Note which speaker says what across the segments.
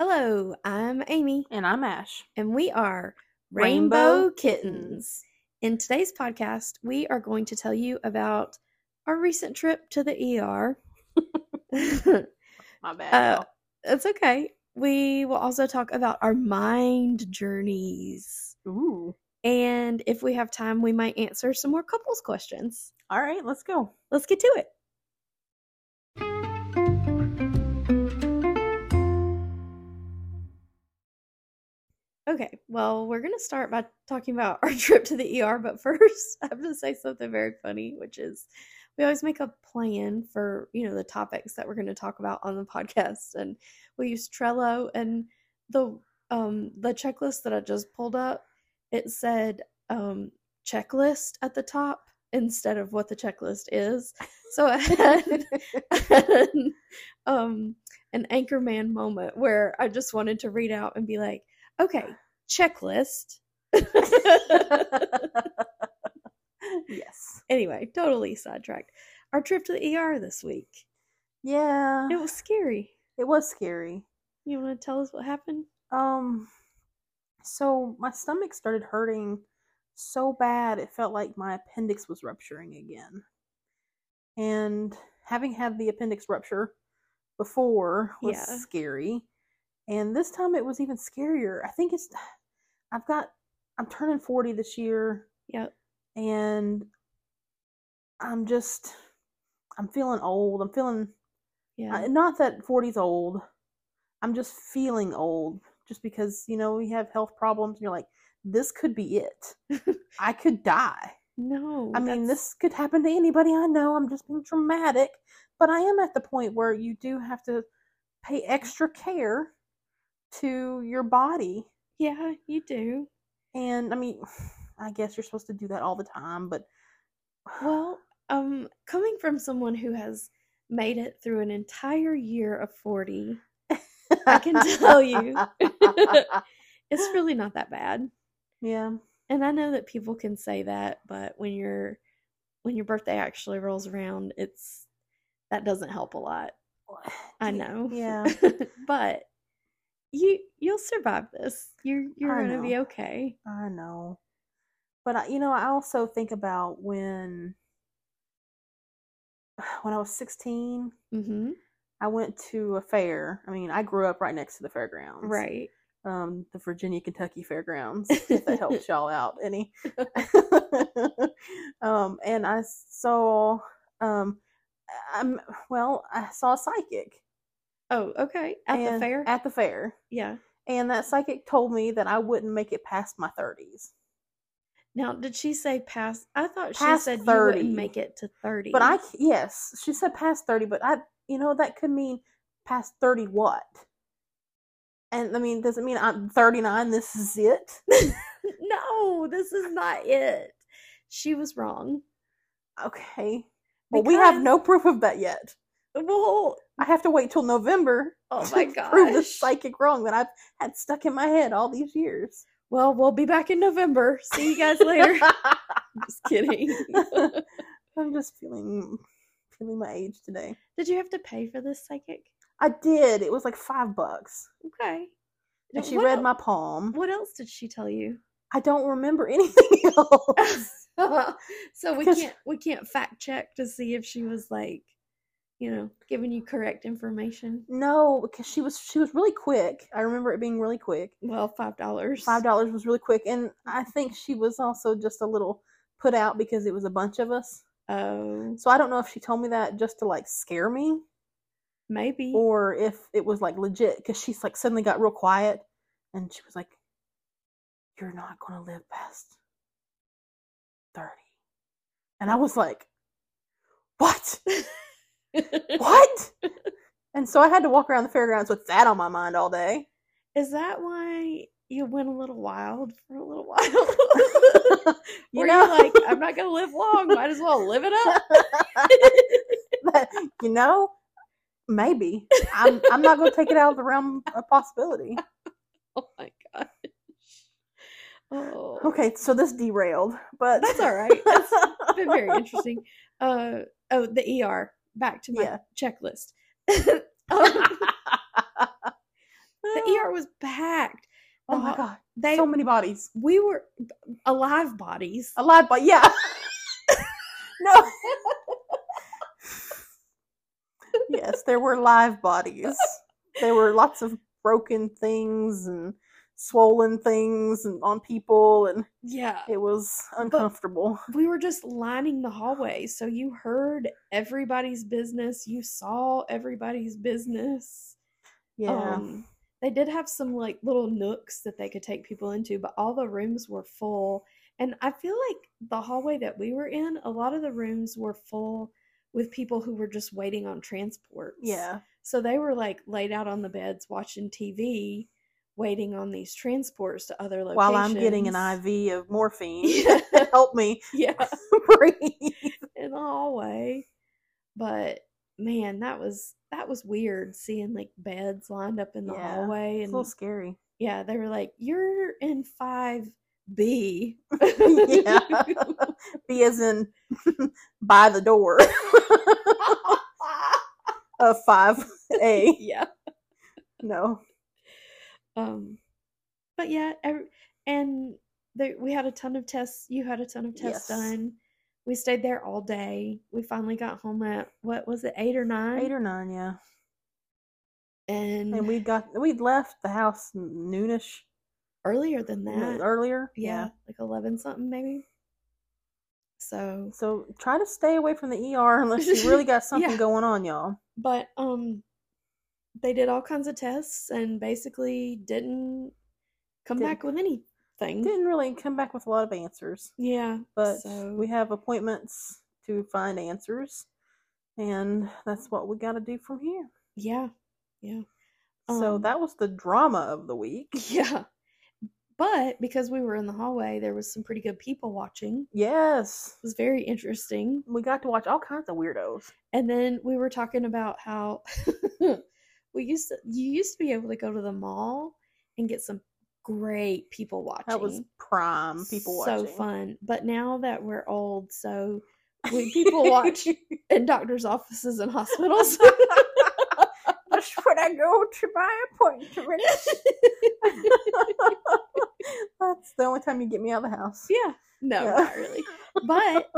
Speaker 1: Hello, I'm Amy,
Speaker 2: And I'm Ash.
Speaker 1: and we are Rainbow,
Speaker 2: Rainbow
Speaker 1: Kittens. In today's podcast, we are going to tell you about our recent trip to the ER.
Speaker 2: My bad.
Speaker 1: Uh,
Speaker 2: y'all.
Speaker 1: it's okay. We will also talk about our mind journeys.
Speaker 2: Ooh.
Speaker 1: And if we have time, we might answer some more couples questions.
Speaker 2: All right, let's go.
Speaker 1: Let's get to it. Okay, well, we're going to start by talking about our trip to the ER, but first, I have to say something very funny, which is we always make a plan for, you know, the topics that we're going to talk about on the podcast and we use Trello and the um the checklist that I just pulled up, it said um checklist at the top instead of what the checklist is. So I had, I had um, an Anchorman moment where I just wanted to read out and be like, okay, checklist.
Speaker 2: yes.
Speaker 1: anyway, totally sidetracked. Our trip to the ER this week.
Speaker 2: Yeah.
Speaker 1: It was scary.
Speaker 2: It was scary.
Speaker 1: You want to tell us what happened?
Speaker 2: Um so my stomach started hurting so bad it felt like my appendix was rupturing again. And having had the appendix rupture before was
Speaker 1: Yeah.
Speaker 2: scary. And this time it was even scarier. I think it's I've got I'm turning 40 this year.
Speaker 1: Yep.
Speaker 2: and I'm just I'm feeling old. I'm feeling
Speaker 1: Yeah.
Speaker 2: uh, not that 40's old. I'm just feeling old just because, you know, you have health problems and you're like this could be it. I could die.
Speaker 1: no.
Speaker 2: I mean,
Speaker 1: that's-
Speaker 2: this could happen to anybody I know. I'm just being dramatic, but I am at the point where you do have to pay extra care to your body
Speaker 1: Yeah, you do.
Speaker 2: and I mean, I guess you're supposed to do that all the time, but
Speaker 1: Well, um, coming from someone who has made it through an entire year of 40, I can tell you. it's really not that bad.
Speaker 2: yeah.
Speaker 1: And I know that people can say that, but when your when your birthday actually rolls around, it's that doesn't help a lot. I know.
Speaker 2: Yeah.
Speaker 1: but you you'll survive this. You're you're
Speaker 2: I
Speaker 1: gonna be
Speaker 2: know.
Speaker 1: okay.
Speaker 2: I know. But I, you know, I also think about when when I was 16,
Speaker 1: Mm-hmm.
Speaker 2: I went to a fair. I mean, I grew up right next to the fairgrounds.
Speaker 1: Right.
Speaker 2: Um, the Virginia Kentucky Fairgrounds, if that helps y'all out any. um, and I saw um I'm well, I saw a psychic
Speaker 1: Oh, okay. At the
Speaker 2: and-
Speaker 1: fair.
Speaker 2: At the fair.
Speaker 1: yeah.
Speaker 2: and that psychic told me that I wouldn't make it past my 30s.
Speaker 1: Now, did she say past? I thought
Speaker 2: Past
Speaker 1: she said you
Speaker 2: 30.
Speaker 1: wouldn't make it to thirty.
Speaker 2: But I c- yes, she said past 30, but I you know that could mean past 30 what? And I mean, does it mean I'm 39? This is it?
Speaker 1: no, this is not it. She was wrong.
Speaker 2: Okay. Well, we have no proof of that yet.
Speaker 1: Because- well.
Speaker 2: I have to wait till November
Speaker 1: Oh my
Speaker 2: to prove this
Speaker 1: gosh.
Speaker 2: psychic wrong that I've had stuck in my head all these years.
Speaker 1: Well, we'll be back in November. See you guys later. Just kidding.
Speaker 2: I'm just feeling feeling my age today.
Speaker 1: Did you have to pay for this psychic?
Speaker 2: I did. It was like five bucks.
Speaker 1: Okay. Now,
Speaker 2: And she
Speaker 1: what
Speaker 2: read
Speaker 1: el-
Speaker 2: my palm.
Speaker 1: What else did she tell you?
Speaker 2: I don't remember anything else.
Speaker 1: so we
Speaker 2: Because-
Speaker 1: can't we can't fact check to see if she was like, you know, giving you correct information.
Speaker 2: no, because she was she was really quick. I remember it being really quick.
Speaker 1: Well, five dollars.
Speaker 2: Five dollars was really quick, and I think she was also just a little put out because it was a bunch of us.
Speaker 1: Oh,
Speaker 2: So I don't know if she told me that just to like scare me,
Speaker 1: maybe.
Speaker 2: or if it was like legit. Because she's like suddenly got real quiet, and she was like, "You're not gonna live past 30. and I was like, "What?" what? and so I had to walk around the fairgrounds with that on my mind all day.
Speaker 1: Is that why you went a little wild for a little while?
Speaker 2: you
Speaker 1: Were
Speaker 2: know,
Speaker 1: you like, I'm not gonna live long. Might as well live it up.
Speaker 2: But, you know, maybe I'm. I'm not going to take it out of the realm of possibility.
Speaker 1: Oh my gosh. Oh.
Speaker 2: Okay, so this derailed, but
Speaker 1: That's all right. It's been very interesting. Uh oh, the ER. Back to my
Speaker 2: Yeah.
Speaker 1: checklist. Um, The ER was packed.
Speaker 2: Oh my
Speaker 1: the-
Speaker 2: god.
Speaker 1: They
Speaker 2: so many bodies.
Speaker 1: we were uh, alive bodies.
Speaker 2: Alive, but yeah. no. yes, there were live bodies. There were lots of broken things and swollen things and on people and
Speaker 1: Yeah.
Speaker 2: it was uncomfortable.
Speaker 1: we were just lining the hallway so you heard everybody's business you saw everybody's business
Speaker 2: yeah.
Speaker 1: um, they did have some like little nooks that they could take people into but all the rooms were full and i feel like the hallway that we were in a lot of the rooms were full with people who were just waiting on transports
Speaker 2: yeah.
Speaker 1: so they were like laid out on the beds watching tv waiting on these transports to other locations
Speaker 2: While I'm getting an IV of morphine
Speaker 1: yeah,
Speaker 2: to help me
Speaker 1: yeah.
Speaker 2: breathe.
Speaker 1: in the hallway. But man, that was that was weird seeing like beds lined up in the
Speaker 2: Yeah,
Speaker 1: hallway
Speaker 2: It's a
Speaker 1: and
Speaker 2: little scary.
Speaker 1: yeah, they were like, "You're in five B."
Speaker 2: yeah. B as in by the door of 5A.
Speaker 1: yeah.
Speaker 2: No.
Speaker 1: Um, but yeah, every, and there, we had a ton of tests. You had a ton of tests
Speaker 2: Yes.
Speaker 1: done. We stayed there all day. We finally got home at what was it, eight or nine?
Speaker 2: Eight or nine, yeah.
Speaker 1: and,
Speaker 2: And we got, we'd left the house noonish
Speaker 1: earlier than that.
Speaker 2: earlier.
Speaker 1: yeah, like 11 something maybe so
Speaker 2: So try to stay away from the ER unless you really got something
Speaker 1: Yeah.
Speaker 2: going on, y'all.
Speaker 1: but um they did all kinds of tests and basically didn't come
Speaker 2: Didn't-
Speaker 1: back with anything
Speaker 2: Didn't really come back with a lot of answers,
Speaker 1: yeah
Speaker 2: but
Speaker 1: so
Speaker 2: we have appointments to find answers. And that's what we got to do from here.
Speaker 1: yeah yeah
Speaker 2: so
Speaker 1: Um,
Speaker 2: that was the drama of the week.
Speaker 1: yeah but because we were in the hallway there was some pretty good people watching
Speaker 2: Yes.
Speaker 1: it was very interesting
Speaker 2: we got to watch all kinds of weirdos.
Speaker 1: and then we were talking about how we used to you used to be able to go to the mall and get some great people watching
Speaker 2: That was prime people
Speaker 1: so
Speaker 2: watching.
Speaker 1: fun. But now that we're old, so we people watch in doctors' offices and hospitals.
Speaker 2: That's when I go to my appointment. That's the only time you get me out of the house.
Speaker 1: yeah, no,
Speaker 2: Yeah.
Speaker 1: not really. But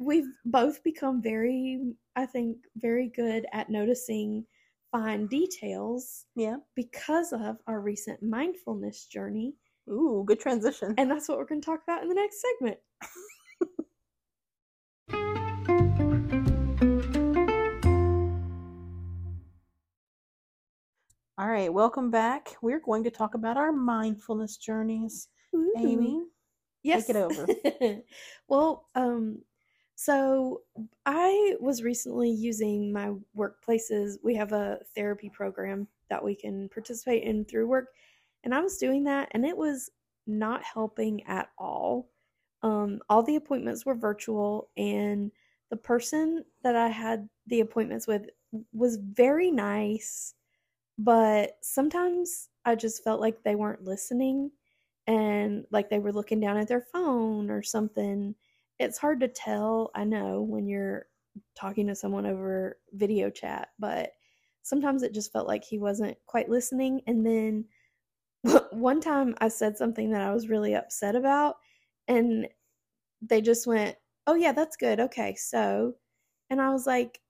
Speaker 1: we've both become very, I think, very good at noticing fine details
Speaker 2: Yeah.
Speaker 1: because of our recent mindfulness journey,
Speaker 2: Ooh, good transition.
Speaker 1: and that's what we're going to talk about in the next segment.
Speaker 2: all right, welcome back. We're going to talk about our mindfulness journeys. Amy,
Speaker 1: yes.
Speaker 2: it over.
Speaker 1: well, um, so I was recently using my workplaces. We have a therapy program that we can participate in through work, and I was doing that, and it was not helping at all. Um, all the appointments were virtual, and the person that I had the appointments with was very nice, but sometimes I just felt like they weren't listening and like they were looking down at their phone or something. It's hard to tell, I know, when you're talking to someone over video chat, but sometimes it just felt like he wasn't quite listening. And then one time I said something that I was really upset about, and they just went, Oh, yeah, that's good. Okay, so. And I was like,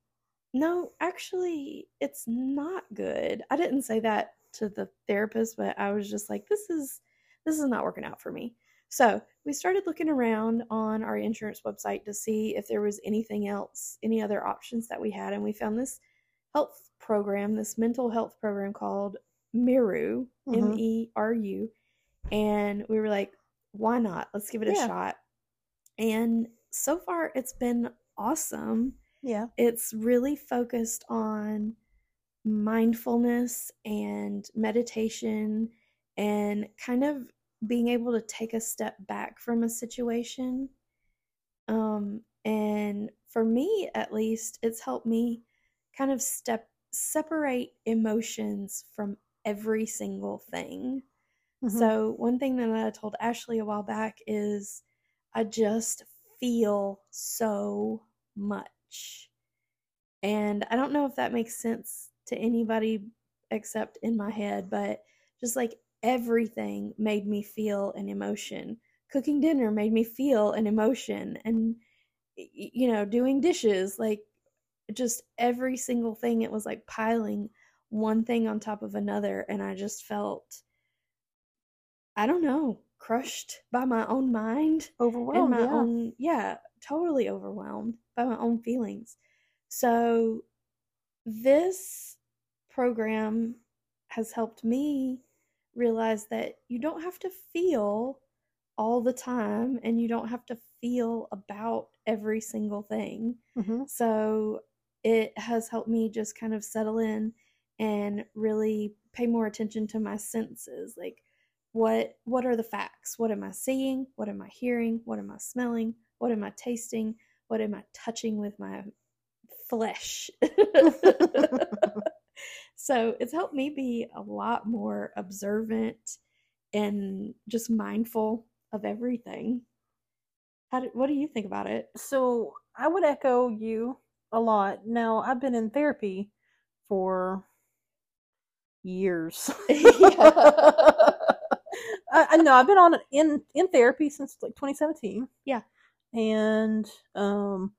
Speaker 1: No, actually, it's not good. I didn't say that to the therapist, but I was just like, This is this is not working out for me. So we started looking around on our insurance website to see if there was anything else, any other options that we had, and we found this health program, this mental health program called Miru, M
Speaker 2: Mhm.
Speaker 1: E R U, and we were like, why not? Let's give it a
Speaker 2: Yeah.
Speaker 1: shot. And so far, it's been awesome
Speaker 2: yeah,
Speaker 1: it's really focused on mindfulness and meditation and kind of being able to take a step back from a situation um and for me at least it's helped me kind of step separate emotions from every single thing
Speaker 2: mhm,
Speaker 1: so, one thing that I told Ashley a while back is I just feel so much. And I don't know if that makes sense to anybody except in my head, but Just like everything made me feel an emotion. Cooking dinner made me feel an emotion. And, y- you know, doing dishes, like just every single thing, it was like piling one thing on top of another. And I just felt, I don't know, crushed by my own mind and
Speaker 2: Overwhelmed.
Speaker 1: my
Speaker 2: yeah.
Speaker 1: own yeah totally overwhelmed by my own feelings so this program has helped me realize that you don't have to feel all the time and you don't have to feel about every single thing
Speaker 2: Mhm.
Speaker 1: so it has helped me just kind of settle in and really pay more attention to my senses. Like what what are the facts? What am I seeing? What am I hearing? What am I smelling? What am I tasting? What am I touching with my flesh? so it's helped me be a lot more observant and just mindful of everything. How do, what do you think about it?
Speaker 2: So I would echo you a lot. Now I've been in therapy for years.
Speaker 1: Yeah.
Speaker 2: I, I know I've been on in in therapy since like 2017.
Speaker 1: Yeah.
Speaker 2: and um,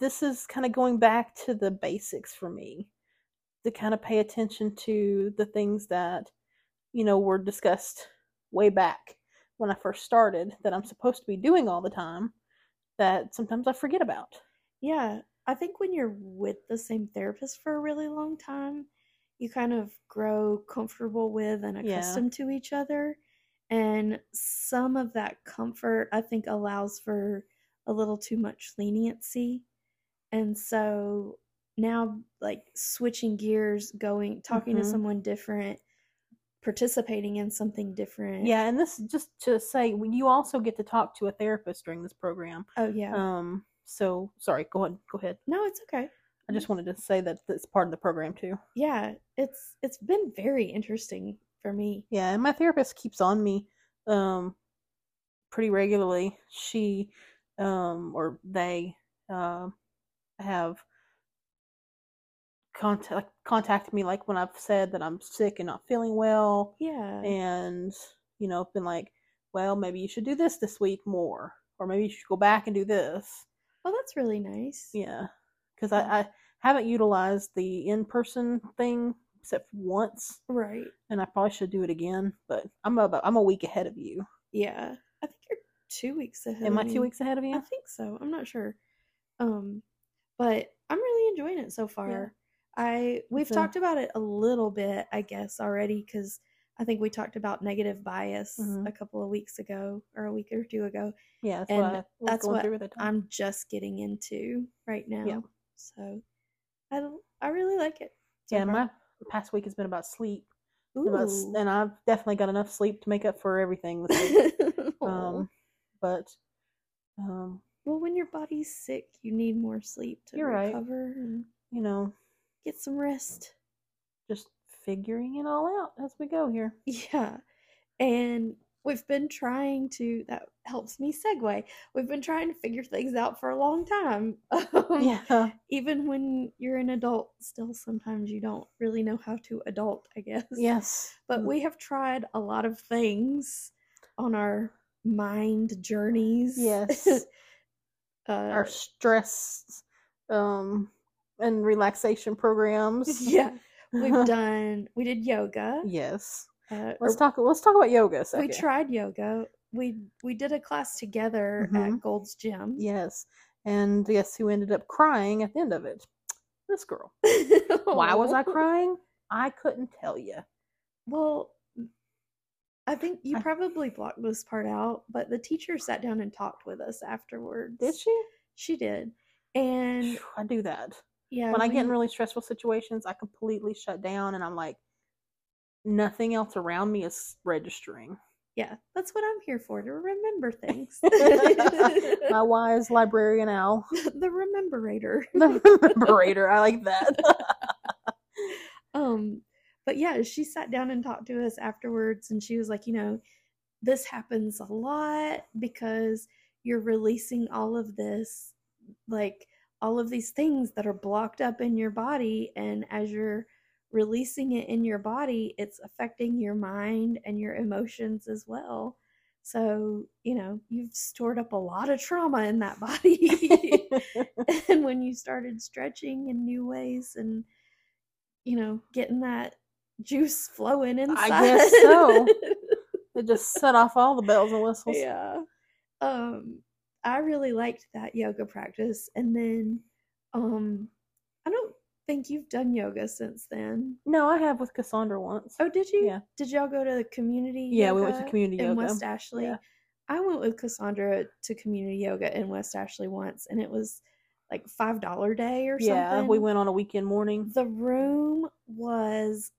Speaker 2: this is kind of going back to the basics for me to kind of pay attention to the things that you know were discussed way back when I first started that I'm supposed to be doing all the time that sometimes I forget about.
Speaker 1: Yeah, I think when you're with the same therapist for a really long time, you kind of grow comfortable with and
Speaker 2: Yeah.
Speaker 1: accustomed to each other. And some of that comfort, I think, allows for a little too much leniency. And so now, like, switching gears, going, talking to
Speaker 2: Mhm.
Speaker 1: someone different, participating in something different.
Speaker 2: Yeah, and this just to say when you also get to talk to a therapist during this program.
Speaker 1: Oh, yeah.
Speaker 2: Um, so sorry, go on, go ahead.
Speaker 1: no, it's okay.
Speaker 2: I just wanted to say that that's part of the program too.
Speaker 1: Yeah, it's it's been very interesting for me.
Speaker 2: Yeah, and my therapist keeps on me um pretty regularly. She um or they um have contact like, contacted me like when I've said that I'm sick and not feeling well
Speaker 1: Yeah.
Speaker 2: and you know been like, well, maybe you should do this this week more or maybe you should go back and do this.
Speaker 1: Oh, that's really nice.
Speaker 2: Yeah, because
Speaker 1: Yeah.
Speaker 2: I, I haven't utilized the in person thing except for once,
Speaker 1: Right.
Speaker 2: and I probably should do it again. But I'm about I'm a week ahead of you.
Speaker 1: Yeah. I think you're two weeks ahead.
Speaker 2: Am
Speaker 1: of
Speaker 2: I
Speaker 1: me.
Speaker 2: two weeks ahead of
Speaker 1: I
Speaker 2: you?
Speaker 1: think so. I'm not sure. Um, but I'm really enjoying it so far. I we've
Speaker 2: So-
Speaker 1: talked about it a little bit, I guess, already because I think we talked about negative bias
Speaker 2: Mhm.
Speaker 1: a couple of weeks ago or a week or two ago.
Speaker 2: Yeah, that's
Speaker 1: And
Speaker 2: what I was
Speaker 1: that's
Speaker 2: going
Speaker 1: what
Speaker 2: through at the time.
Speaker 1: I'm just getting into right now. So I l- I really like it. so
Speaker 2: yeah,
Speaker 1: far.
Speaker 2: my past week has been about sleep, and about s-
Speaker 1: Ooh.
Speaker 2: and I've definitely got enough sleep to make up for everything. This week.
Speaker 1: Aw.
Speaker 2: um, but um,
Speaker 1: Well, when your body's sick, you need more sleep to
Speaker 2: You're right.
Speaker 1: recover and
Speaker 2: you know,
Speaker 1: get some rest.
Speaker 2: just figuring it all out as we go here.
Speaker 1: Yeah. And we've been trying to, that helps me segue. We've been trying to figure things out for a long time. Um,
Speaker 2: Yeah,
Speaker 1: Even when you're an adult, still sometimes you don't really know how to adult, I guess.
Speaker 2: yes,
Speaker 1: But we have tried a lot of things on our mind journeys.
Speaker 2: yes.
Speaker 1: uh,
Speaker 2: our stress um and relaxation programs.
Speaker 1: yeah. We've done, we did yoga.
Speaker 2: yes.
Speaker 1: Uh,
Speaker 2: Let's
Speaker 1: or-
Speaker 2: talk let's talk about yoga a
Speaker 1: we
Speaker 2: second.
Speaker 1: tried yoga. We we did a class together at
Speaker 2: Mhm.
Speaker 1: Gold's Gym.
Speaker 2: Yes. And guess who ended up crying at the end of it? This girl. Why was
Speaker 1: Oh.
Speaker 2: I crying? I couldn't tell you.
Speaker 1: Well, I think you
Speaker 2: I-
Speaker 1: probably blocked this part out, but the teacher sat down and talked with us afterwards.
Speaker 2: Did she?
Speaker 1: She did. And
Speaker 2: Phew, I do that.
Speaker 1: yeah,
Speaker 2: When I get in
Speaker 1: we-
Speaker 2: really stressful situations, I completely shut down and I'm like nothing else around me is registering.
Speaker 1: yeah, that's what I'm here for to remember things.
Speaker 2: My wise librarian owl.
Speaker 1: the rememberator.
Speaker 2: the rememberator. I like that.
Speaker 1: Um, but yeah, she sat down and talked to us afterwards, and she was like, you know, this happens a lot because you're releasing all of this, like all of these things that are blocked up in your body, and as you're releasing it in your body, it's affecting your mind and your emotions as well. So, you know, you've stored up a lot of trauma in that body. and when you started stretching in new ways and, you know, getting that juice flowing inside.
Speaker 2: guess so. it just set off all the bells and whistles.
Speaker 1: yeah. Um, I really liked that yoga practice. And then um, I don't think you've done yoga since then.
Speaker 2: No, I have with Cassandra once.
Speaker 1: Oh, did you?
Speaker 2: Yeah.
Speaker 1: Did y'all go to the community?
Speaker 2: yeah, we went to
Speaker 1: yoga
Speaker 2: community
Speaker 1: in
Speaker 2: yoga.
Speaker 1: West Ashley.
Speaker 2: Yeah.
Speaker 1: I went with Cassandra to community yoga in West Ashley once, and it was like five dollar day or
Speaker 2: yeah,
Speaker 1: something.
Speaker 2: we went on a weekend morning.
Speaker 1: The room was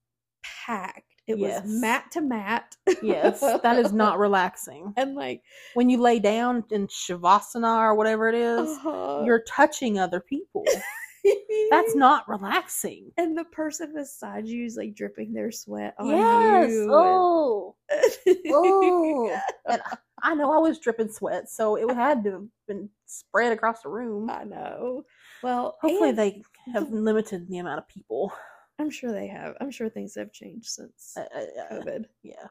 Speaker 1: packed. It
Speaker 2: Yes.
Speaker 1: was mat to mat.
Speaker 2: Yes, that is not relaxing.
Speaker 1: and like
Speaker 2: When you lay down in shavasana or whatever it is,
Speaker 1: uh-huh.
Speaker 2: you're touching other people. That's not relaxing.
Speaker 1: And the person beside you is like dripping their sweat on
Speaker 2: yes.
Speaker 1: you.
Speaker 2: Oh.
Speaker 1: and-
Speaker 2: Oh. and I- I know I was dripping sweat, so it had to have been spread across the room.
Speaker 1: I know. Well,
Speaker 2: Hopefully,
Speaker 1: Uh, and-
Speaker 2: they have limited the amount of people.
Speaker 1: I'm sure they have. I'm sure things have changed since
Speaker 2: Uh, uh, uh,
Speaker 1: COVID.
Speaker 2: yeah.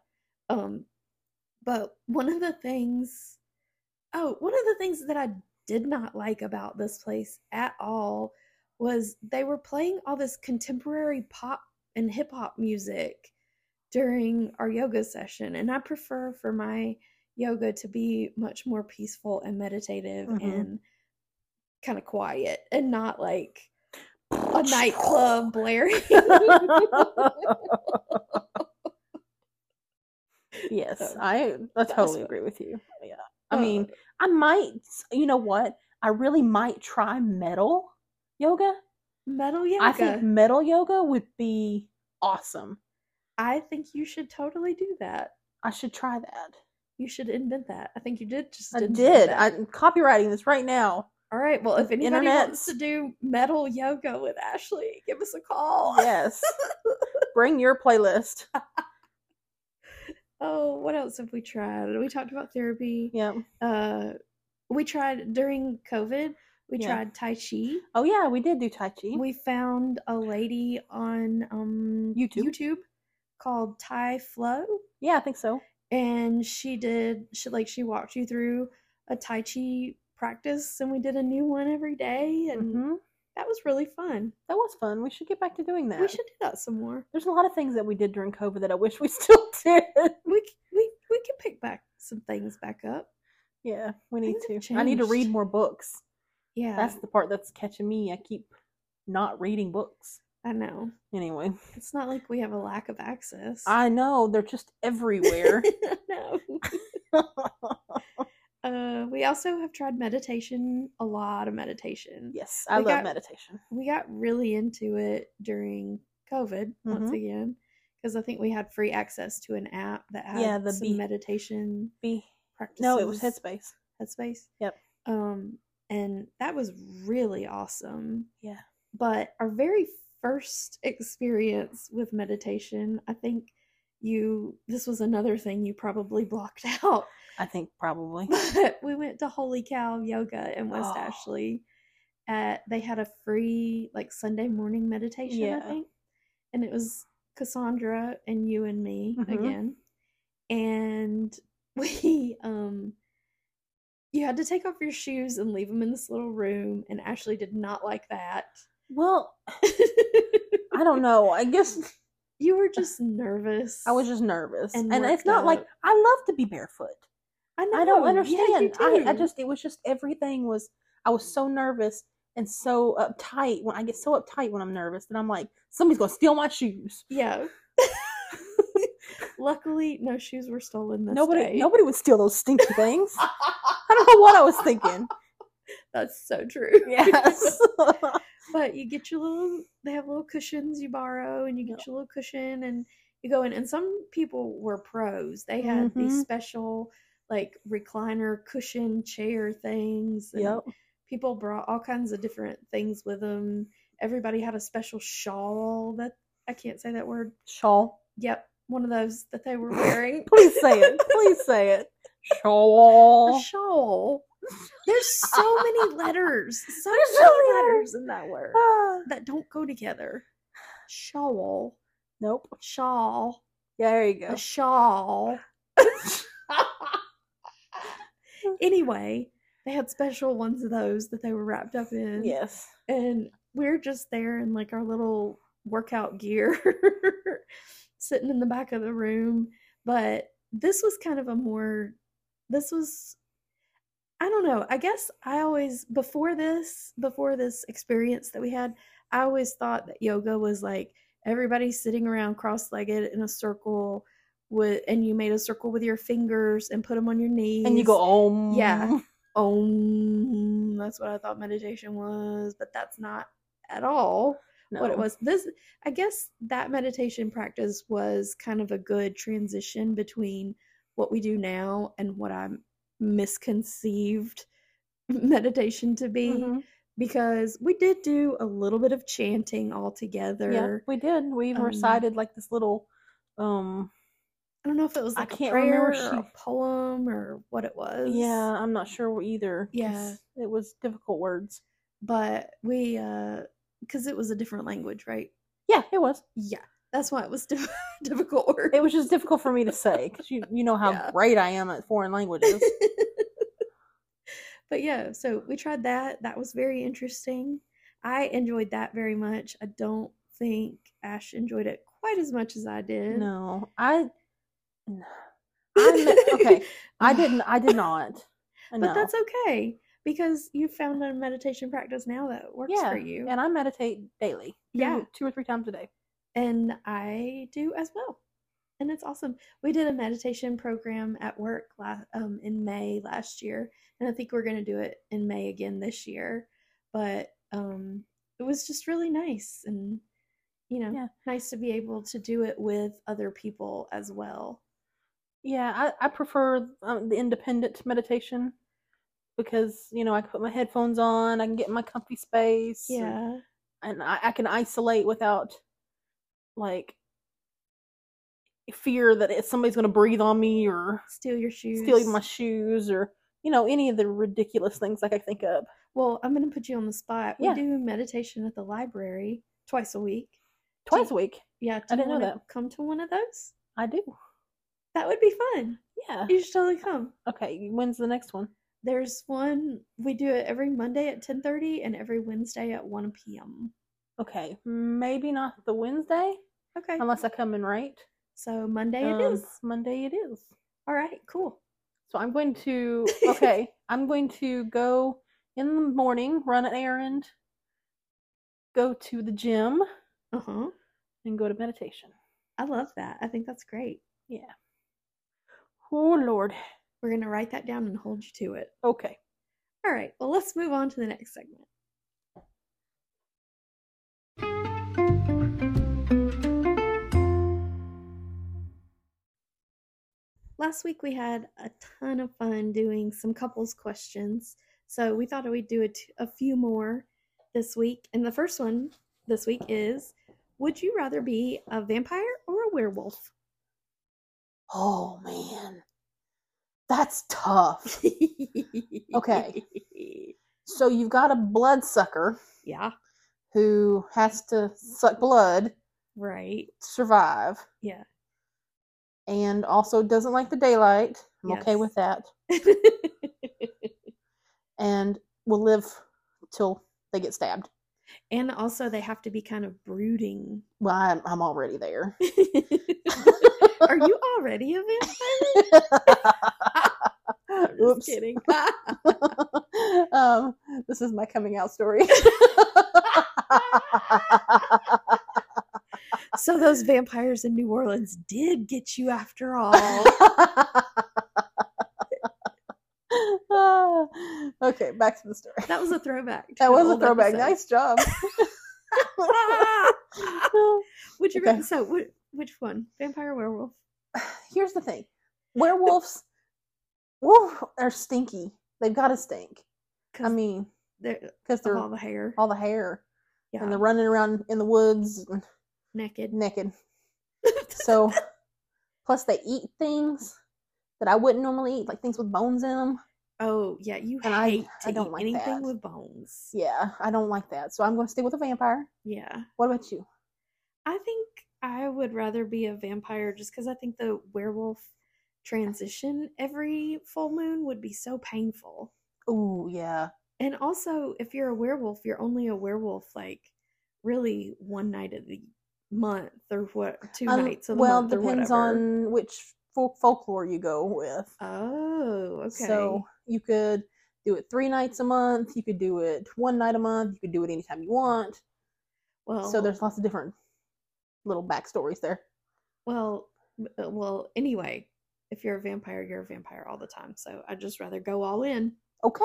Speaker 1: Um, but one of the things, oh, one of the things that I did not like about this place at all was they were playing all this contemporary pop and hip hop music during our yoga session. And I prefer for my yoga to be much more peaceful and meditative
Speaker 2: Mhm.
Speaker 1: and kind of quiet and not like a nightclub blaring.
Speaker 2: yes,
Speaker 1: So,
Speaker 2: I, I
Speaker 1: Oh, that's
Speaker 2: totally
Speaker 1: what-
Speaker 2: agree with you. Yeah. I mean, I might, you know what? I really might try metal yoga.
Speaker 1: metal yoga.
Speaker 2: I think metal yoga would be awesome.
Speaker 1: I think you should totally do that.
Speaker 2: I should try that.
Speaker 1: You should invent that. I think you did just
Speaker 2: I
Speaker 1: invent
Speaker 2: did.
Speaker 1: that.
Speaker 2: I'm copywriting this right now.
Speaker 1: All right. Well, if anybody wants
Speaker 2: Internets.
Speaker 1: to do metal yoga with Ashley, give us a call.
Speaker 2: Yes. Bring your playlist.
Speaker 1: Oh, what else have we tried? We talked about therapy.
Speaker 2: Yeah.
Speaker 1: Uh, we tried during COVID. We
Speaker 2: Yeah.
Speaker 1: tried Tai Chi.
Speaker 2: Oh yeah, we did do Tai Chi.
Speaker 1: We found a lady on um,
Speaker 2: YouTube.
Speaker 1: YouTube called Tai Flow.
Speaker 2: yeah, I think so.
Speaker 1: and she did she like she walked you through a tai chi practice and we did a new one every day and
Speaker 2: hmm
Speaker 1: that was really fun
Speaker 2: That was fun. We should get back to doing that.
Speaker 1: we should do that some more
Speaker 2: There's a lot of things that we did during COVID that I wish we still did.
Speaker 1: we c- we we can pick back some things back up
Speaker 2: yeah, we need to.
Speaker 1: Things have
Speaker 2: I need to read
Speaker 1: changed.
Speaker 2: more books.
Speaker 1: yeah
Speaker 2: That's the part that's catching me. I keep not reading books.
Speaker 1: i know
Speaker 2: Anyway,
Speaker 1: it's not like we have a lack of access
Speaker 2: I know they're just everywhere.
Speaker 1: no uh we also have tried meditation a lot of meditation
Speaker 2: yes, I
Speaker 1: We
Speaker 2: love
Speaker 1: got-
Speaker 2: meditation.
Speaker 1: we got really into it during COVID once
Speaker 2: Mhm.
Speaker 1: again because I think we had free access to an app that had
Speaker 2: Yeah, the
Speaker 1: some
Speaker 2: Be-
Speaker 1: meditation
Speaker 2: Be
Speaker 1: practices.
Speaker 2: no, it was Headspace.
Speaker 1: Headspace.
Speaker 2: Yep.
Speaker 1: Um, and that was really awesome.
Speaker 2: Yeah.
Speaker 1: But our very first experience with meditation, I think you this was another thing you probably blocked out.
Speaker 2: I think probably.
Speaker 1: But we went to Holy Cow Yoga in West
Speaker 2: Oh.
Speaker 1: Ashley. At they had a free like Sunday morning meditation,
Speaker 2: Yeah.
Speaker 1: I think, and it was Cassandra and you and me
Speaker 2: Mhm.
Speaker 1: again, and we um. You had to take off your shoes and leave them in this little room, and Ashley did not like that.
Speaker 2: Well, I don't know. I guess
Speaker 1: you were just nervous.
Speaker 2: I was just nervous,
Speaker 1: And
Speaker 2: and, it's
Speaker 1: worked
Speaker 2: not like
Speaker 1: up.
Speaker 2: I love to be barefoot. I
Speaker 1: know,
Speaker 2: don't
Speaker 1: yeah, you
Speaker 2: understand. I, I
Speaker 1: do.
Speaker 2: just it was just everything was I was so nervous and so uptight when I get so uptight when I'm nervous that I'm like somebody's gonna steal my shoes.
Speaker 1: Yeah. Luckily, no shoes were stolen this
Speaker 2: nobody
Speaker 1: day.
Speaker 2: nobody would steal those stinky things. I don't know what I was thinking.
Speaker 1: That's so true.
Speaker 2: Yes.
Speaker 1: but you get your little, they have little cushions you borrow, and you get
Speaker 2: Yeah.
Speaker 1: your little cushion, and you go in. And some people were pros. They had these
Speaker 2: Mhm.
Speaker 1: special, like, recliner cushion chair things. and
Speaker 2: yep.
Speaker 1: People brought all kinds of different things with them. Everybody had a special shawl that I can't say that word.
Speaker 2: Shawl.
Speaker 1: Yep, one of those that they were wearing.
Speaker 2: Please say it. Please say it.
Speaker 1: A
Speaker 2: Shawl.
Speaker 1: shawl. There's so many letters. So
Speaker 2: There's so
Speaker 1: many
Speaker 2: many
Speaker 1: letters in that word
Speaker 2: Ah.
Speaker 1: that don't go together. shawl.
Speaker 2: Nope.
Speaker 1: Shawl.
Speaker 2: Yeah, there you go.
Speaker 1: A shawl. Anyway, they had special ones of those that they were wrapped up in.
Speaker 2: yes.
Speaker 1: And we're just there in like our little workout gear, sitting in the back of the room. But this was kind of a more, this was, I don't know. I guess I always, before this, before this experience that we had, I always thought that yoga was like everybody sitting around cross legged in a circle. With, and you made a circle with your fingers and um, put them on your knees
Speaker 2: And you go, oh,
Speaker 1: Yeah. Om. That's what I thought meditation was, but that's not at all what it was. This, I guess, that meditation practice was kind of a good transition between what we do now and what I misconceived meditation to be
Speaker 2: Mhm.
Speaker 1: because we did do a little bit of chanting all together.
Speaker 2: Yeah, we did. We even
Speaker 1: um,
Speaker 2: recited like this little, um,
Speaker 1: I don't know if it was
Speaker 2: I
Speaker 1: like a
Speaker 2: can't
Speaker 1: prayer
Speaker 2: remember
Speaker 1: or a poem or what it was.
Speaker 2: yeah, I'm not sure either. 'cause
Speaker 1: Yeah.
Speaker 2: It was difficult words.
Speaker 1: But we uh because it was a different language, right?
Speaker 2: Yeah, it was.
Speaker 1: Yeah, that's why it was diff- difficult word.
Speaker 2: It was just difficult for me to say because you, you know how
Speaker 1: Yeah.
Speaker 2: great I am at foreign languages.
Speaker 1: but yeah, so we tried that. That was very interesting. I enjoyed that very much. I don't think Ash enjoyed it quite as much as I did.
Speaker 2: no, I, I okay, I didn't. I did not.
Speaker 1: but
Speaker 2: No.
Speaker 1: that's okay because you found a meditation practice now that works
Speaker 2: yeah,
Speaker 1: for you.
Speaker 2: and I meditate daily. two-
Speaker 1: Yeah.
Speaker 2: two or three times a day.
Speaker 1: and I do as well. And it's awesome. We did a meditation program at work last, um, in May last year, and I think we're going to do it in May again this year. But um, it was just really nice, and you know,
Speaker 2: Yeah.
Speaker 1: nice to be able to do it with other people as well.
Speaker 2: Yeah, I, I prefer um, the independent meditation because you know I can put my headphones on, I can get in my comfy space, and-
Speaker 1: Yeah,
Speaker 2: and, I, I can isolate without like fear that if somebody's going to breathe on me or
Speaker 1: steal your shoes.
Speaker 2: steal my shoes or you know any of the ridiculous things I can think of.
Speaker 1: well, I'm going to put you on the spot.
Speaker 2: Yeah.
Speaker 1: We do meditation at the library twice a week.
Speaker 2: Twice a week,
Speaker 1: Yeah, do
Speaker 2: I
Speaker 1: you
Speaker 2: didn't know
Speaker 1: wanna
Speaker 2: that.
Speaker 1: Come to one of those.
Speaker 2: I do.
Speaker 1: That would be fun.
Speaker 2: Yeah.
Speaker 1: You should totally come.
Speaker 2: Okay. When's the next one?
Speaker 1: There's one we do it every Monday at 10:30 and every Wednesday at 1 p.m.
Speaker 2: Okay. Maybe not the Wednesday
Speaker 1: Okay.
Speaker 2: unless I come in right.
Speaker 1: So Monday it
Speaker 2: Um,
Speaker 1: is.
Speaker 2: Monday. It is.
Speaker 1: All right, cool.
Speaker 2: So I'm going to okay, I'm going to go in the morning, run an errand, go to the gym,
Speaker 1: Uh-huh.
Speaker 2: and go to meditation.
Speaker 1: I love that. I think that's great.
Speaker 2: Yeah. Oh Lord.
Speaker 1: We're going to write that down and hold you to it.
Speaker 2: Okay.
Speaker 1: All right. Well, let's move on to the next segment. Last week we had a ton of fun doing some couples questions. So we thought we'd do a, t- a few more this week. And the first one this week is Would you rather be a vampire or a werewolf?
Speaker 2: Oh man. That's tough. Okay. so you've got a bloodsucker
Speaker 1: Yeah,
Speaker 2: who has to suck blood to
Speaker 1: right.
Speaker 2: survive
Speaker 1: Yeah.
Speaker 2: and also doesn't like the daylight. I'm okay
Speaker 1: Yes.
Speaker 2: with that. And will live till they get stabbed.
Speaker 1: and also, they have to be kind of brooding
Speaker 2: Well, I'm, I'm already there.
Speaker 1: Are you already a vampire? I'm just
Speaker 2: Oops.
Speaker 1: kidding.
Speaker 2: um, this is my coming out story.
Speaker 1: so those vampires in New Orleans did get you after all.
Speaker 2: okay, back to the story.
Speaker 1: That was a throwback. to
Speaker 2: That
Speaker 1: an
Speaker 2: was a
Speaker 1: old
Speaker 2: throwback.
Speaker 1: episode.
Speaker 2: Nice job.
Speaker 1: Would you
Speaker 2: Okay.
Speaker 1: rather? So, wh- which one? Vampire or werewolf?
Speaker 2: Here's the thing werewolves woof, are stinky. They've got to stink.
Speaker 1: 'Cause
Speaker 2: I mean,
Speaker 1: they're-
Speaker 2: because
Speaker 1: of
Speaker 2: they're
Speaker 1: all the hair.
Speaker 2: all the hair
Speaker 1: yeah,
Speaker 2: and they're running around in the woods and
Speaker 1: naked.
Speaker 2: naked. So, plus they eat things that I wouldn't normally eat, like things with bones in them.
Speaker 1: Oh yeah, you
Speaker 2: And I-
Speaker 1: hate to
Speaker 2: I don't
Speaker 1: eat
Speaker 2: like
Speaker 1: anything
Speaker 2: that.
Speaker 1: with bones.
Speaker 2: Yeah, I don't like that. So I'm going to stay with a vampire.
Speaker 1: yeah.
Speaker 2: What about you?
Speaker 1: I think I would rather be a vampire just because I think the werewolf transition every full moon would be so painful.
Speaker 2: Ooh, yeah.
Speaker 1: And also, if you're a werewolf, you're only a werewolf like really one night of the month or what two
Speaker 2: Um,
Speaker 1: nights of the
Speaker 2: well,
Speaker 1: month or
Speaker 2: depends
Speaker 1: whatever.
Speaker 2: on which folk folklore you go with.
Speaker 1: Oh, okay.
Speaker 2: So you could do it three nights a month. You could do it one night a month. You could do it anytime you want.
Speaker 1: well,
Speaker 2: So there's lots of different little backstories there.
Speaker 1: well, uh, well. Anyway, if you're a vampire, you're a vampire all the time. So I'd just rather go all in
Speaker 2: Okay.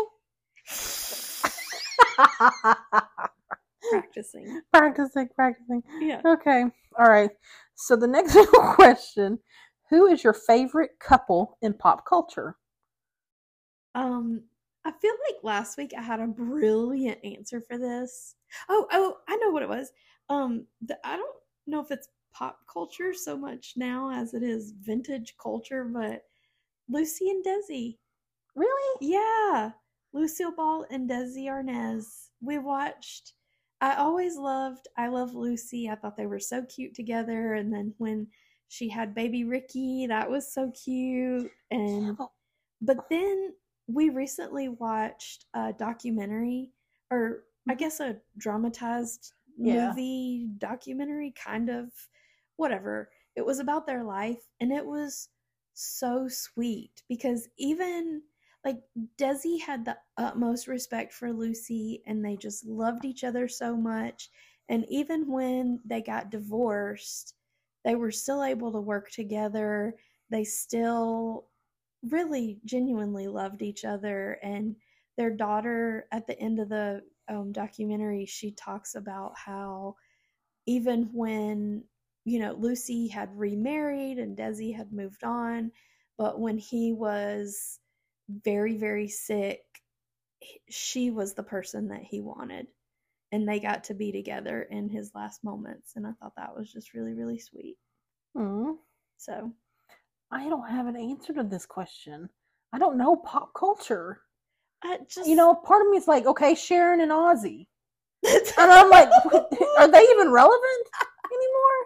Speaker 1: practicing.
Speaker 2: practicing, practicing.
Speaker 1: Yeah.
Speaker 2: Okay. All right. So the next little question Who is your favorite couple in pop culture?
Speaker 1: Um, I feel like last week I had a brilliant answer for this. Oh, oh, I know what it was. Um, the, I don't know if it's pop culture so much now as it is vintage culture, but Lucy and Desi.
Speaker 2: Really?
Speaker 1: Yeah, Lucille Ball and Desi Arnaz. We watched. I always loved I Love Lucy. I thought they were so cute together. And then when she had baby Ricky, that was so cute. And
Speaker 2: Oh.
Speaker 1: but then we recently watched a documentary, or I guess a dramatized
Speaker 2: Yeah.
Speaker 1: movie documentary, kind of whatever. It was about their life, and it was so sweet because even like Desi had the utmost respect for Lucy, and they just loved each other so much. And even when they got divorced, they were still able to work together. They still really genuinely loved each other and their daughter at the end of the um, documentary she talks about how even when you know lucy had remarried and desi had moved on but when he was very very sick he- she was the person that he wanted and they got to be together in his last moments and i thought that was just really really sweet
Speaker 2: Hmm.
Speaker 1: so
Speaker 2: I don't have an answer to this question. I don't know pop culture.
Speaker 1: i just
Speaker 2: You know, part of me is like, okay, Sharon and Ozzy. And I'm like, are they even relevant anymore?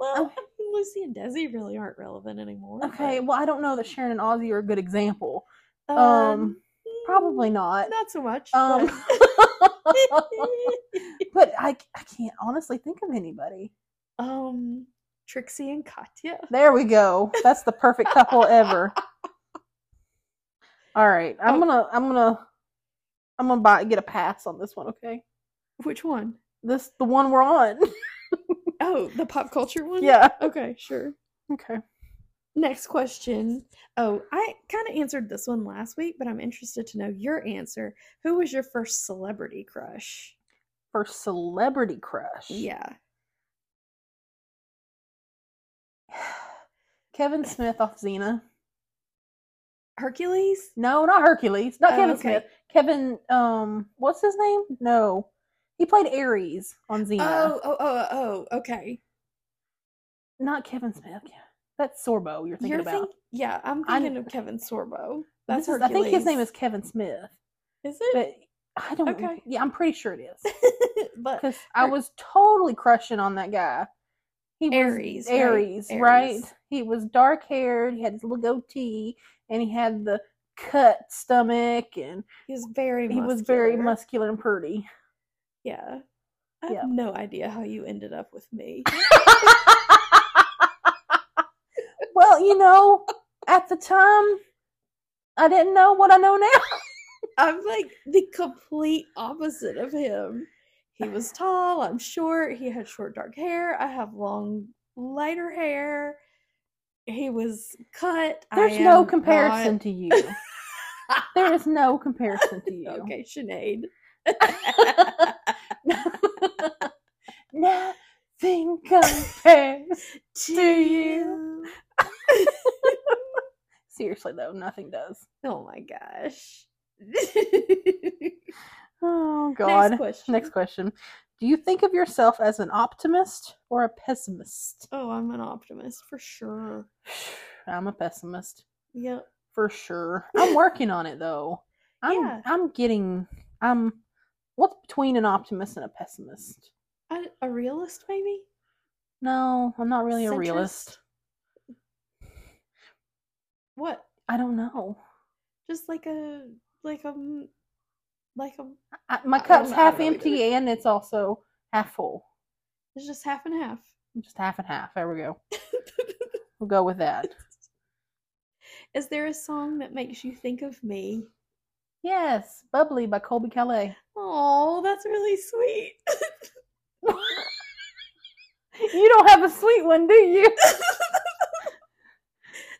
Speaker 1: Well,
Speaker 2: Okay.
Speaker 1: I mean, Lucy and Desi really aren't relevant anymore.
Speaker 2: Oh. Okay, well, I don't know that Sharon and Ozzy are a good example.
Speaker 1: but,
Speaker 2: um,
Speaker 1: mm,
Speaker 2: Probably not.
Speaker 1: not so much.
Speaker 2: Um,
Speaker 1: but-
Speaker 2: but I, I can't honestly think of anybody.
Speaker 1: um, Trixie and Katya.
Speaker 2: There we go. That's the perfect couple ever. All right, I'm
Speaker 1: Oh.
Speaker 2: gonna, I'm gonna, I'm gonna buy, get a pass on this one. Okay,
Speaker 1: Which one?
Speaker 2: this the one we're on.
Speaker 1: Oh, the pop culture one.
Speaker 2: yeah.
Speaker 1: Okay, sure.
Speaker 2: Okay.
Speaker 1: Next question. Oh, I kind of answered this one last week, but I'm interested to know your answer. Who was your first celebrity crush?
Speaker 2: For celebrity crush.
Speaker 1: Yeah.
Speaker 2: Kevin Smith off Xena.
Speaker 1: Hercules?
Speaker 2: No, not Hercules. Not
Speaker 1: Oh,
Speaker 2: Kevin
Speaker 1: okay.
Speaker 2: Smith. Kevin. Um, what's his name? No, he played Ares on Xena.
Speaker 1: Oh, oh, oh, oh, oh, okay.
Speaker 2: Not Kevin Smith. That's Sorbo you're thinking
Speaker 1: You're
Speaker 2: about.
Speaker 1: think- yeah, I'm
Speaker 2: I'm-
Speaker 1: thinking of Kevin Sorbo. That's
Speaker 2: This is- I think his name is
Speaker 1: Hercules.
Speaker 2: Kevin Smith,
Speaker 1: Is it?
Speaker 2: but I don't.
Speaker 1: Okay.
Speaker 2: Yeah, I'm pretty sure it is
Speaker 1: But,
Speaker 2: because I was totally crushing on that guy. He was
Speaker 1: Aries, right?
Speaker 2: Aries, right?
Speaker 1: Aries.
Speaker 2: He was dark haired. He had his little goatee, and he had the cut stomach, and
Speaker 1: he was very
Speaker 2: he was very
Speaker 1: muscular.
Speaker 2: muscular and pretty.
Speaker 1: Yeah. I
Speaker 2: Yeah.
Speaker 1: have no idea how you ended up with me.
Speaker 2: well, you know, at the time, I didn't know what I know now.
Speaker 1: I'm like the complete opposite of him. He was tall, I'm short, he had short dark hair, I have long lighter hair. He was cut. I
Speaker 2: There's no
Speaker 1: am
Speaker 2: comparison to you.
Speaker 1: not-
Speaker 2: There is no comparison to you.
Speaker 1: okay, Sinead.
Speaker 2: Nothing compares.
Speaker 1: to
Speaker 2: you. Seriously, though, nothing does.
Speaker 1: Oh my gosh.
Speaker 2: Oh, God.
Speaker 1: Next
Speaker 2: Next
Speaker 1: question.
Speaker 2: question. Do you think of yourself as an optimist or a pessimist?
Speaker 1: Oh, I'm an optimist for sure.
Speaker 2: I'm a pessimist
Speaker 1: Yep.
Speaker 2: for sure. I'm working on it though. I'm
Speaker 1: Yeah.
Speaker 2: I'm getting I'm what's between an optimist and a pessimist?
Speaker 1: A, a realist, maybe?
Speaker 2: No, I'm not really a
Speaker 1: Centrist?
Speaker 2: realist.
Speaker 1: What?
Speaker 2: I don't know.
Speaker 1: Just like a like a m- like um, a
Speaker 2: I, my
Speaker 1: I don't
Speaker 2: cup's
Speaker 1: know- I
Speaker 2: half
Speaker 1: don't know
Speaker 2: empty and it's also half full.
Speaker 1: it's just half and half.
Speaker 2: Just half and half. There we go. We'll go with that.
Speaker 1: Is there a song that makes you think of me?
Speaker 2: Yes, Bubbly by Colby Calais.
Speaker 1: Oh, that's really sweet.
Speaker 2: You don't have a sweet one, do you?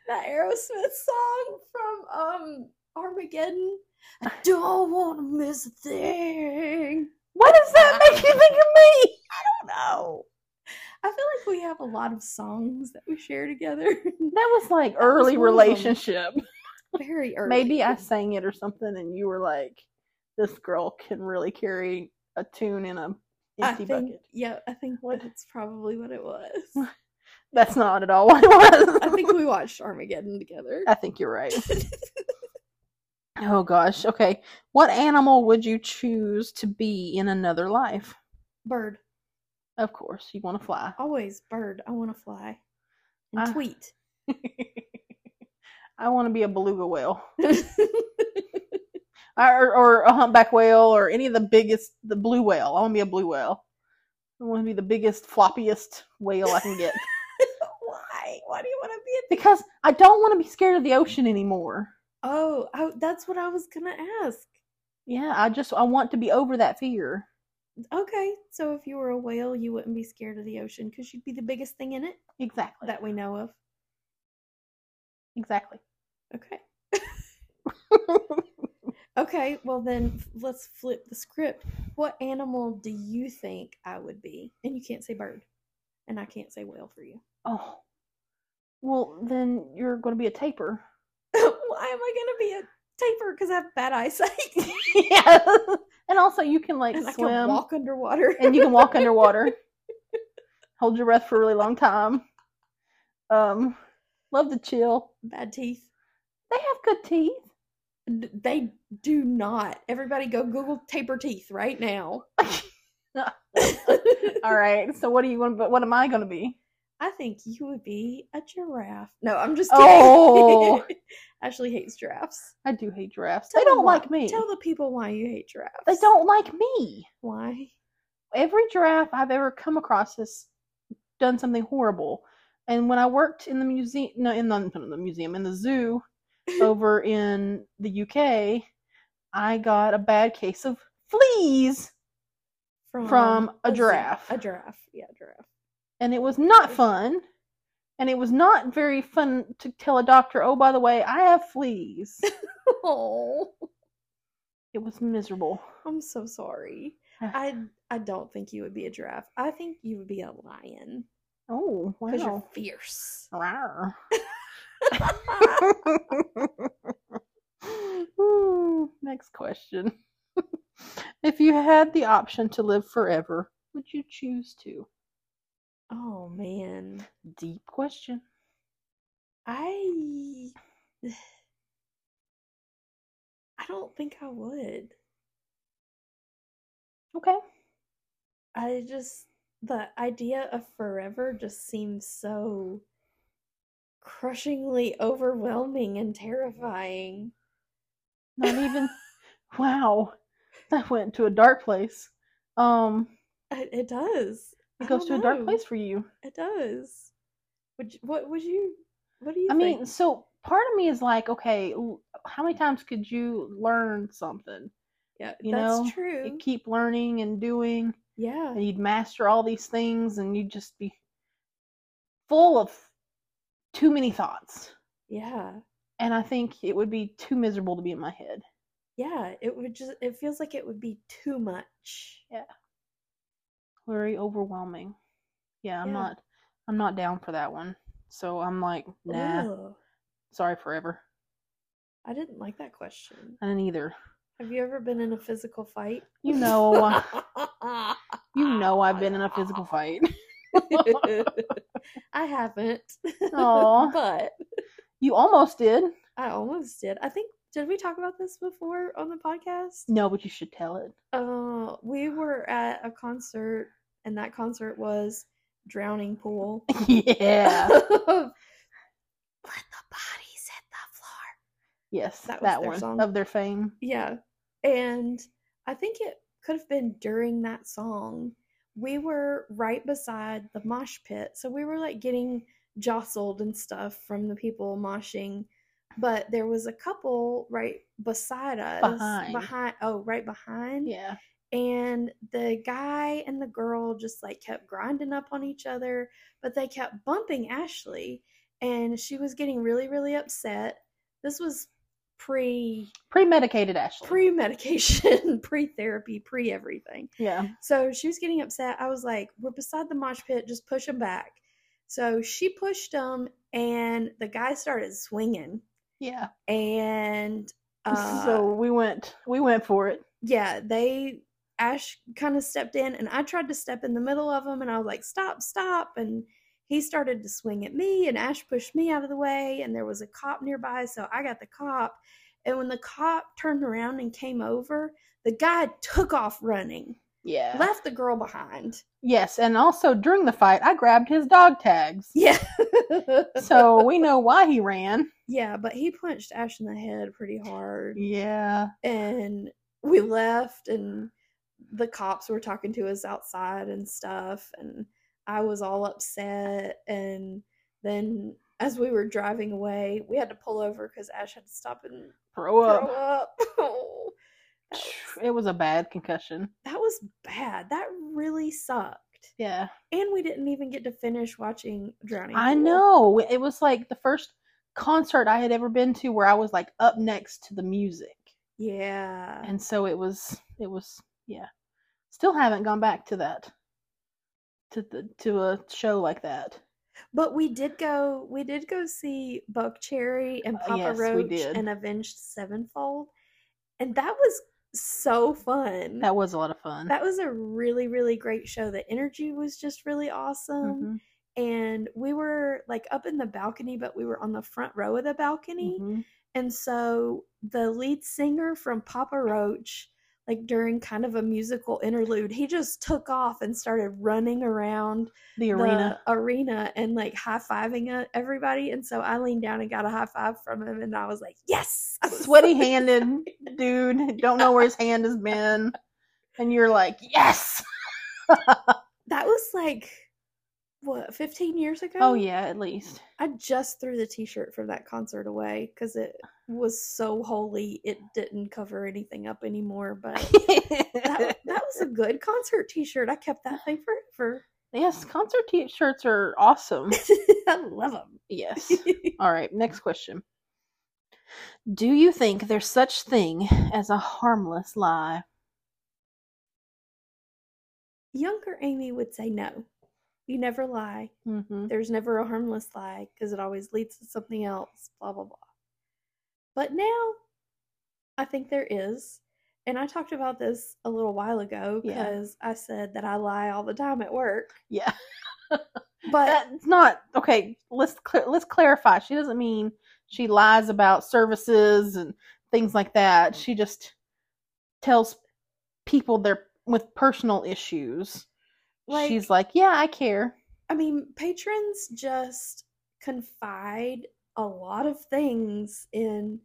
Speaker 1: that Aerosmith song from um Armageddon. I don't want to miss a thing.
Speaker 2: Why does that make you think of me?
Speaker 1: No. I feel like we have a lot of songs that we share together.
Speaker 2: That was like
Speaker 1: was
Speaker 2: early
Speaker 1: one of 'em.
Speaker 2: relationship.
Speaker 1: Very early.
Speaker 2: Maybe I sang it or something, and you were like, "This girl can really carry a tune in a
Speaker 1: I
Speaker 2: empty
Speaker 1: think,
Speaker 2: bucket."
Speaker 1: Yeah, I think
Speaker 2: What?
Speaker 1: that's probably what it was.
Speaker 2: That's not at all what it was.
Speaker 1: I think we watched Armageddon together.
Speaker 2: I think you're right. oh gosh. Okay. What animal would you choose to be in another life?
Speaker 1: Bird.
Speaker 2: Of course, you want to fly.
Speaker 1: Always bird. I want to fly. And
Speaker 2: I-
Speaker 1: tweet.
Speaker 2: I want to be a beluga whale, or, or a humpback whale, or any of the biggest, the blue whale. I want to be a blue whale. I want to be the biggest, floppiest whale I can get.
Speaker 1: Why? Why do you want to be a
Speaker 2: because I don't want to be scared of the ocean anymore.
Speaker 1: Oh, I, that's what I was gonna ask.
Speaker 2: Yeah, I just I want to be over that fear.
Speaker 1: Okay, so if you were a whale, you wouldn't be scared of the ocean because you'd be the biggest thing in it
Speaker 2: Exactly.
Speaker 1: that we know of.
Speaker 2: exactly.
Speaker 1: Okay. Okay, well then f- let's flip the script. What animal do you think I would be? And you can't say bird, and I can't say whale for you.
Speaker 2: oh. Well, then you're going to be a taper.
Speaker 1: Why am I gonna be a taper? Because I have bad eyesight
Speaker 2: yeah. And also you can like
Speaker 1: and I can
Speaker 2: swim
Speaker 1: walk underwater.
Speaker 2: and you can walk underwater. Hold your breath for a really long time. Um love to chill.
Speaker 1: Bad teeth.
Speaker 2: They have good teeth.
Speaker 1: D- They do not. Everybody go Google taper teeth right now.
Speaker 2: All right. So what are you going to what am I going to be?
Speaker 1: I think you would be a giraffe. No, I'm just kidding.
Speaker 2: Oh.
Speaker 1: Ashley hates giraffes.
Speaker 2: I do hate giraffes.
Speaker 1: Tell
Speaker 2: they don't
Speaker 1: them why-
Speaker 2: like me.
Speaker 1: Tell the people why you hate giraffes.
Speaker 2: They don't like me.
Speaker 1: Why?
Speaker 2: every giraffe I've ever come across has done something horrible. And when I worked in the museum, no, in the, not in the museum, in the zoo over in the UK, I got a bad case of fleas,
Speaker 1: From,
Speaker 2: a
Speaker 1: zoo.
Speaker 2: giraffe.
Speaker 1: A giraffe. Yeah, giraffe.
Speaker 2: and it was not fun. And it was not very fun to tell a doctor, oh, by the way, I have fleas.
Speaker 1: Oh,
Speaker 2: it was miserable.
Speaker 1: I'm so sorry. I I don't think you would be a giraffe. I think you would be a lion
Speaker 2: Oh,
Speaker 1: because
Speaker 2: wow.
Speaker 1: you're fierce.
Speaker 2: Rawr.
Speaker 1: I
Speaker 2: Ooh, Next question. if you had the option to live forever, would you choose to?
Speaker 1: Oh man,
Speaker 2: Deep question.
Speaker 1: I I don't think I would.
Speaker 2: Okay.
Speaker 1: I just the idea of forever just seems so crushingly overwhelming and terrifying.
Speaker 2: Not even wow. That went to a dark place. Um
Speaker 1: It, it does. I
Speaker 2: it goes to
Speaker 1: don't
Speaker 2: a dark
Speaker 1: know.
Speaker 2: place for you.
Speaker 1: It does. Would you, what would you? What do you?
Speaker 2: I
Speaker 1: think?
Speaker 2: mean, so part of me is like, okay, l- how many times could you learn something?
Speaker 1: yeah,
Speaker 2: you
Speaker 1: that's
Speaker 2: know,
Speaker 1: true.
Speaker 2: You keep learning and doing
Speaker 1: yeah,
Speaker 2: and you'd master all these things and you'd just be full of too many thoughts
Speaker 1: yeah,
Speaker 2: and i think it would be too miserable to be in my head
Speaker 1: yeah. It would just. It feels like it would be too much.
Speaker 2: very overwhelming yeah i'm
Speaker 1: Yeah.
Speaker 2: not i'm not down for that one so i'm like nah
Speaker 1: Ugh.
Speaker 2: sorry forever
Speaker 1: I didn't like that question.
Speaker 2: i didn't either
Speaker 1: Have you ever been in a physical fight?
Speaker 2: you know uh, you know i've been in a physical fight
Speaker 1: I haven't.
Speaker 2: Aw.
Speaker 1: but
Speaker 2: you almost did
Speaker 1: I almost did. I think did we talk about this before on the podcast?
Speaker 2: no but you should tell it
Speaker 1: Uh, we were at a concert, and that concert was drowning pool.
Speaker 2: yeah.
Speaker 1: Let the bodies hit the floor.
Speaker 2: Yes,
Speaker 1: That
Speaker 2: that,
Speaker 1: was their
Speaker 2: one
Speaker 1: song.
Speaker 2: of their fame.
Speaker 1: Yeah. And I think it could have been during that song. We were right beside the mosh pit. So we were like getting jostled and stuff from the people moshing. But there was a couple right beside us.
Speaker 2: Behind.
Speaker 1: Behind oh, right behind.
Speaker 2: Yeah.
Speaker 1: And the guy and the girl just like kept grinding up on each other, but they kept bumping Ashley and she was getting really, really upset. This was pre
Speaker 2: Premedicated Ashley.
Speaker 1: pre medication, pre therapy, pre everything.
Speaker 2: yeah.
Speaker 1: So she was getting upset. I was like, we're beside the mosh pit, just push him back. So she pushed him, and the guy started swinging.
Speaker 2: Yeah.
Speaker 1: And uh,
Speaker 2: so we went we went for it.
Speaker 1: yeah, they, Ash kind of stepped in, and I tried to step in the middle of him, and I was like, stop, stop. And he started to swing at me, and Ash pushed me out of the way, and there was a cop nearby, so I got the cop. And when the cop turned around and came over, the guy took off running,
Speaker 2: Yeah.
Speaker 1: left the girl behind.
Speaker 2: yes, and also during the fight I grabbed his dog tags.
Speaker 1: Yeah.
Speaker 2: So we know why he ran.
Speaker 1: yeah, but he punched Ash in the head pretty hard.
Speaker 2: Yeah.
Speaker 1: and we left and the cops were talking to us outside and stuff and i was all upset and then as we were driving away we had to pull over because ash had to stop and
Speaker 2: Throw
Speaker 1: throw
Speaker 2: up.
Speaker 1: up oh, that, was,
Speaker 2: It was a bad concussion.
Speaker 1: that was bad that really sucked
Speaker 2: Yeah.
Speaker 1: and we didn't even get to finish watching drowning
Speaker 2: I
Speaker 1: Pool.
Speaker 2: know. It was like the first concert I had ever been to where I was like up next to the music.
Speaker 1: yeah
Speaker 2: And so it was it was yeah. Still haven't gone back to that. To the to a show like that.
Speaker 1: But we did go. We did go see Buck Cherry and
Speaker 2: Uh,
Speaker 1: Papa
Speaker 2: yes, we
Speaker 1: Roach
Speaker 2: did.
Speaker 1: and Avenged Sevenfold, and that was so fun.
Speaker 2: That was a lot of fun.
Speaker 1: That was a really really great show. The energy was just really awesome,
Speaker 2: Mhm,
Speaker 1: and we were like up in the balcony, but we were on the front row of the balcony,
Speaker 2: mhm.
Speaker 1: and so the lead singer from Papa Roach. Like during kind of a musical interlude, he just took off and started running around
Speaker 2: The arena.
Speaker 1: the arena and like high fiving everybody. And so I leaned down and got a high five from him, and I was like, "Yes, I was
Speaker 2: Sweaty
Speaker 1: so
Speaker 2: handed
Speaker 1: excited.
Speaker 2: dude. Don't know where his hand has been. And you're like, yes.
Speaker 1: That was like what 15 years ago.
Speaker 2: Oh yeah, at least.
Speaker 1: I just threw the T-shirt from that concert away because it was so holy. It didn't cover anything up anymore, but. That, that was a good concert T-shirt. I kept that thing forever.
Speaker 2: yes, concert t-shirts are awesome.
Speaker 1: I love them.
Speaker 2: Yes. All right, next question. Do you think there's such thing as a harmless lie?
Speaker 1: Younger Amy would say no. You never lie.
Speaker 2: Mm-hmm.
Speaker 1: there's never a harmless lie because it always leads to something else, blah, blah, blah. But now I think there is. And I talked about this a little while ago
Speaker 2: Yeah.
Speaker 1: because I said that I lie all the time at work.
Speaker 2: Yeah.
Speaker 1: But
Speaker 2: That's not okay. Let's cl- let's clarify. She doesn't mean she lies about services and things like that. She just tells people they're with personal issues.
Speaker 1: Like-
Speaker 2: She's like, yeah, I care.
Speaker 1: I mean, patrons just confide a lot of things in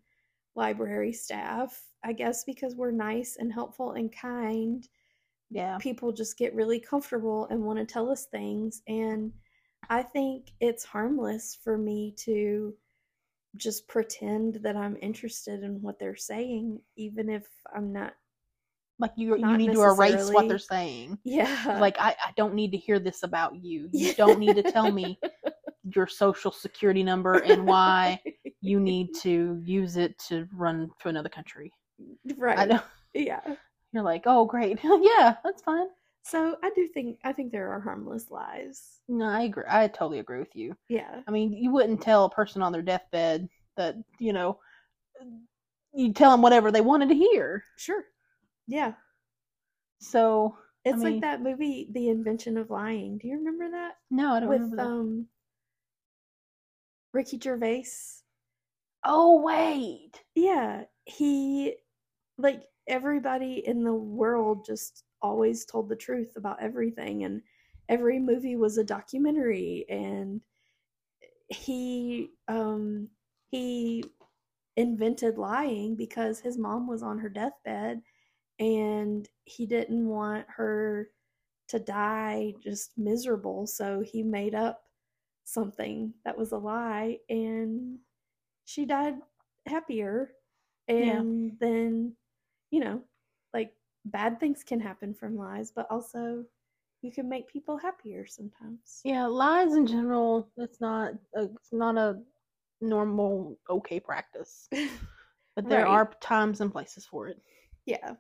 Speaker 1: library staff, I guess because we're nice and helpful and kind.
Speaker 2: Yeah,
Speaker 1: people just get really comfortable and want to tell us things and i think it's harmless for me to just pretend that i'm interested in what they're saying even if i'm not
Speaker 2: like you you
Speaker 1: Not
Speaker 2: need to erase
Speaker 1: necessarily.
Speaker 2: what they're saying.
Speaker 1: yeah
Speaker 2: Like I, I don't need to hear this about you. You don't need to tell me your social security number and why you need to use it to run to another country. I
Speaker 1: right
Speaker 2: don't,
Speaker 1: yeah
Speaker 2: you're like, oh great, yeah, that's fine.
Speaker 1: so i do think i think there are harmless lies
Speaker 2: No, I agree. I totally agree with you.
Speaker 1: yeah
Speaker 2: I mean, you wouldn't tell a person on their deathbed that, you know, you tell them whatever they wanted to hear.
Speaker 1: sure yeah
Speaker 2: So,
Speaker 1: it's
Speaker 2: mean-
Speaker 1: like that movie the invention of lying do you remember that
Speaker 2: no, I don't
Speaker 1: with
Speaker 2: remember that.
Speaker 1: um ricky gervais
Speaker 2: oh, wait.
Speaker 1: Yeah, he like everybody in the world just always told the truth about everything and every movie was a documentary and he um he invented lying because his mom was on her deathbed and he didn't want her to die just miserable so he made up something that was a lie and she died happier
Speaker 2: Yeah.
Speaker 1: and then you know like bad things can happen from lies but also you can make people happier sometimes
Speaker 2: Yeah, lies in general, it's not a, it's not a normal okay practice. But there
Speaker 1: Right.
Speaker 2: are times and places for it.
Speaker 1: yeah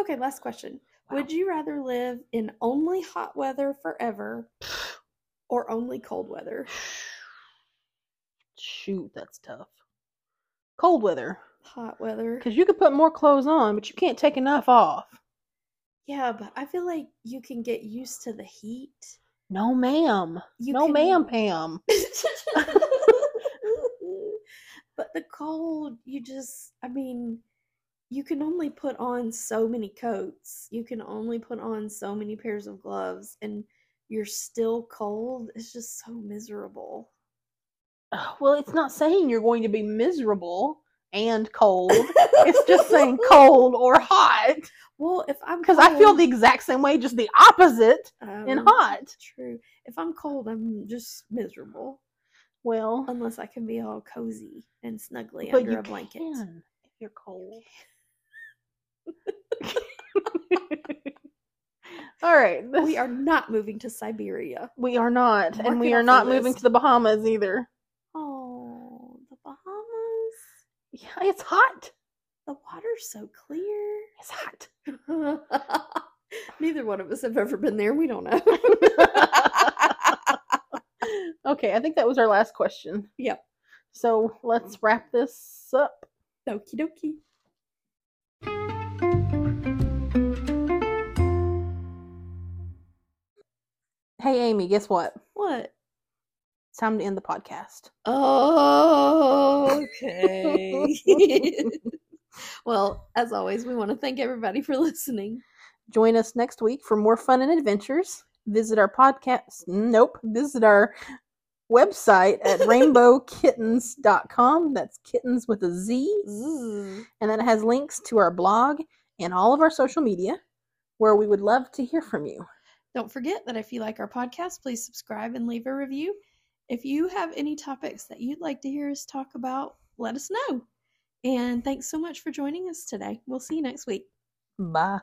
Speaker 1: okay last question
Speaker 2: Wow.
Speaker 1: Would you rather live in only hot weather forever or only cold weather?
Speaker 2: Shoot, that's tough. Cold weather,
Speaker 1: Hot weather.
Speaker 2: because you could put more clothes on, but you can't take enough off.
Speaker 1: Yeah, but I feel like you can get used to the heat.
Speaker 2: No, ma'am.
Speaker 1: You
Speaker 2: no,
Speaker 1: can-
Speaker 2: ma'am, Pam.
Speaker 1: but the cold, you just, I mean, you can only put on so many coats. You can only put on so many pairs of gloves, and you're still cold. It's just so miserable.
Speaker 2: Ugh, Well, it's not saying you're going to be miserable and cold. it's just saying cold or hot.
Speaker 1: Well, if I'm
Speaker 2: Because I feel
Speaker 1: cold-
Speaker 2: the exact same way, just the opposite. and
Speaker 1: Um,
Speaker 2: hot.
Speaker 1: True. If I'm cold, I'm just miserable.
Speaker 2: Well,
Speaker 1: Unless I can be all cozy and snuggly
Speaker 2: but
Speaker 1: under
Speaker 2: you
Speaker 1: a blanket.
Speaker 2: can if you're cold. All right, this-
Speaker 1: We are not moving to Siberia.
Speaker 2: we are not,
Speaker 1: Mark
Speaker 2: and we
Speaker 1: it
Speaker 2: are
Speaker 1: off the
Speaker 2: not moving
Speaker 1: list.
Speaker 2: to the Bahamas either.
Speaker 1: Oh, the Bahamas.
Speaker 2: Yeah, it's hot.
Speaker 1: The water's so clear.
Speaker 2: It's hot.
Speaker 1: Neither one of us have ever been there. We don't know.
Speaker 2: okay, I think that was our last question.
Speaker 1: Yep.
Speaker 2: So let's wrap this up.
Speaker 1: Okie dokie.
Speaker 2: Hey, Amy, guess what?
Speaker 1: What?
Speaker 2: It's time to end the podcast.
Speaker 1: Oh, okay. well, as always, we want to thank everybody for listening.
Speaker 2: Join us next week for more fun and adventures. Visit our podcast. Nope. Visit our website at rainbowkittens.com. That's kittens with a Z.
Speaker 1: Zzz.
Speaker 2: And then it has links to our blog and all of our social media where we would love to hear from you.
Speaker 1: Don't forget that if you like our podcast, please subscribe and leave a review. If you have any topics that you'd like to hear us talk about, let us know. And thanks so much for joining us today. We'll see you next week.
Speaker 2: Bye.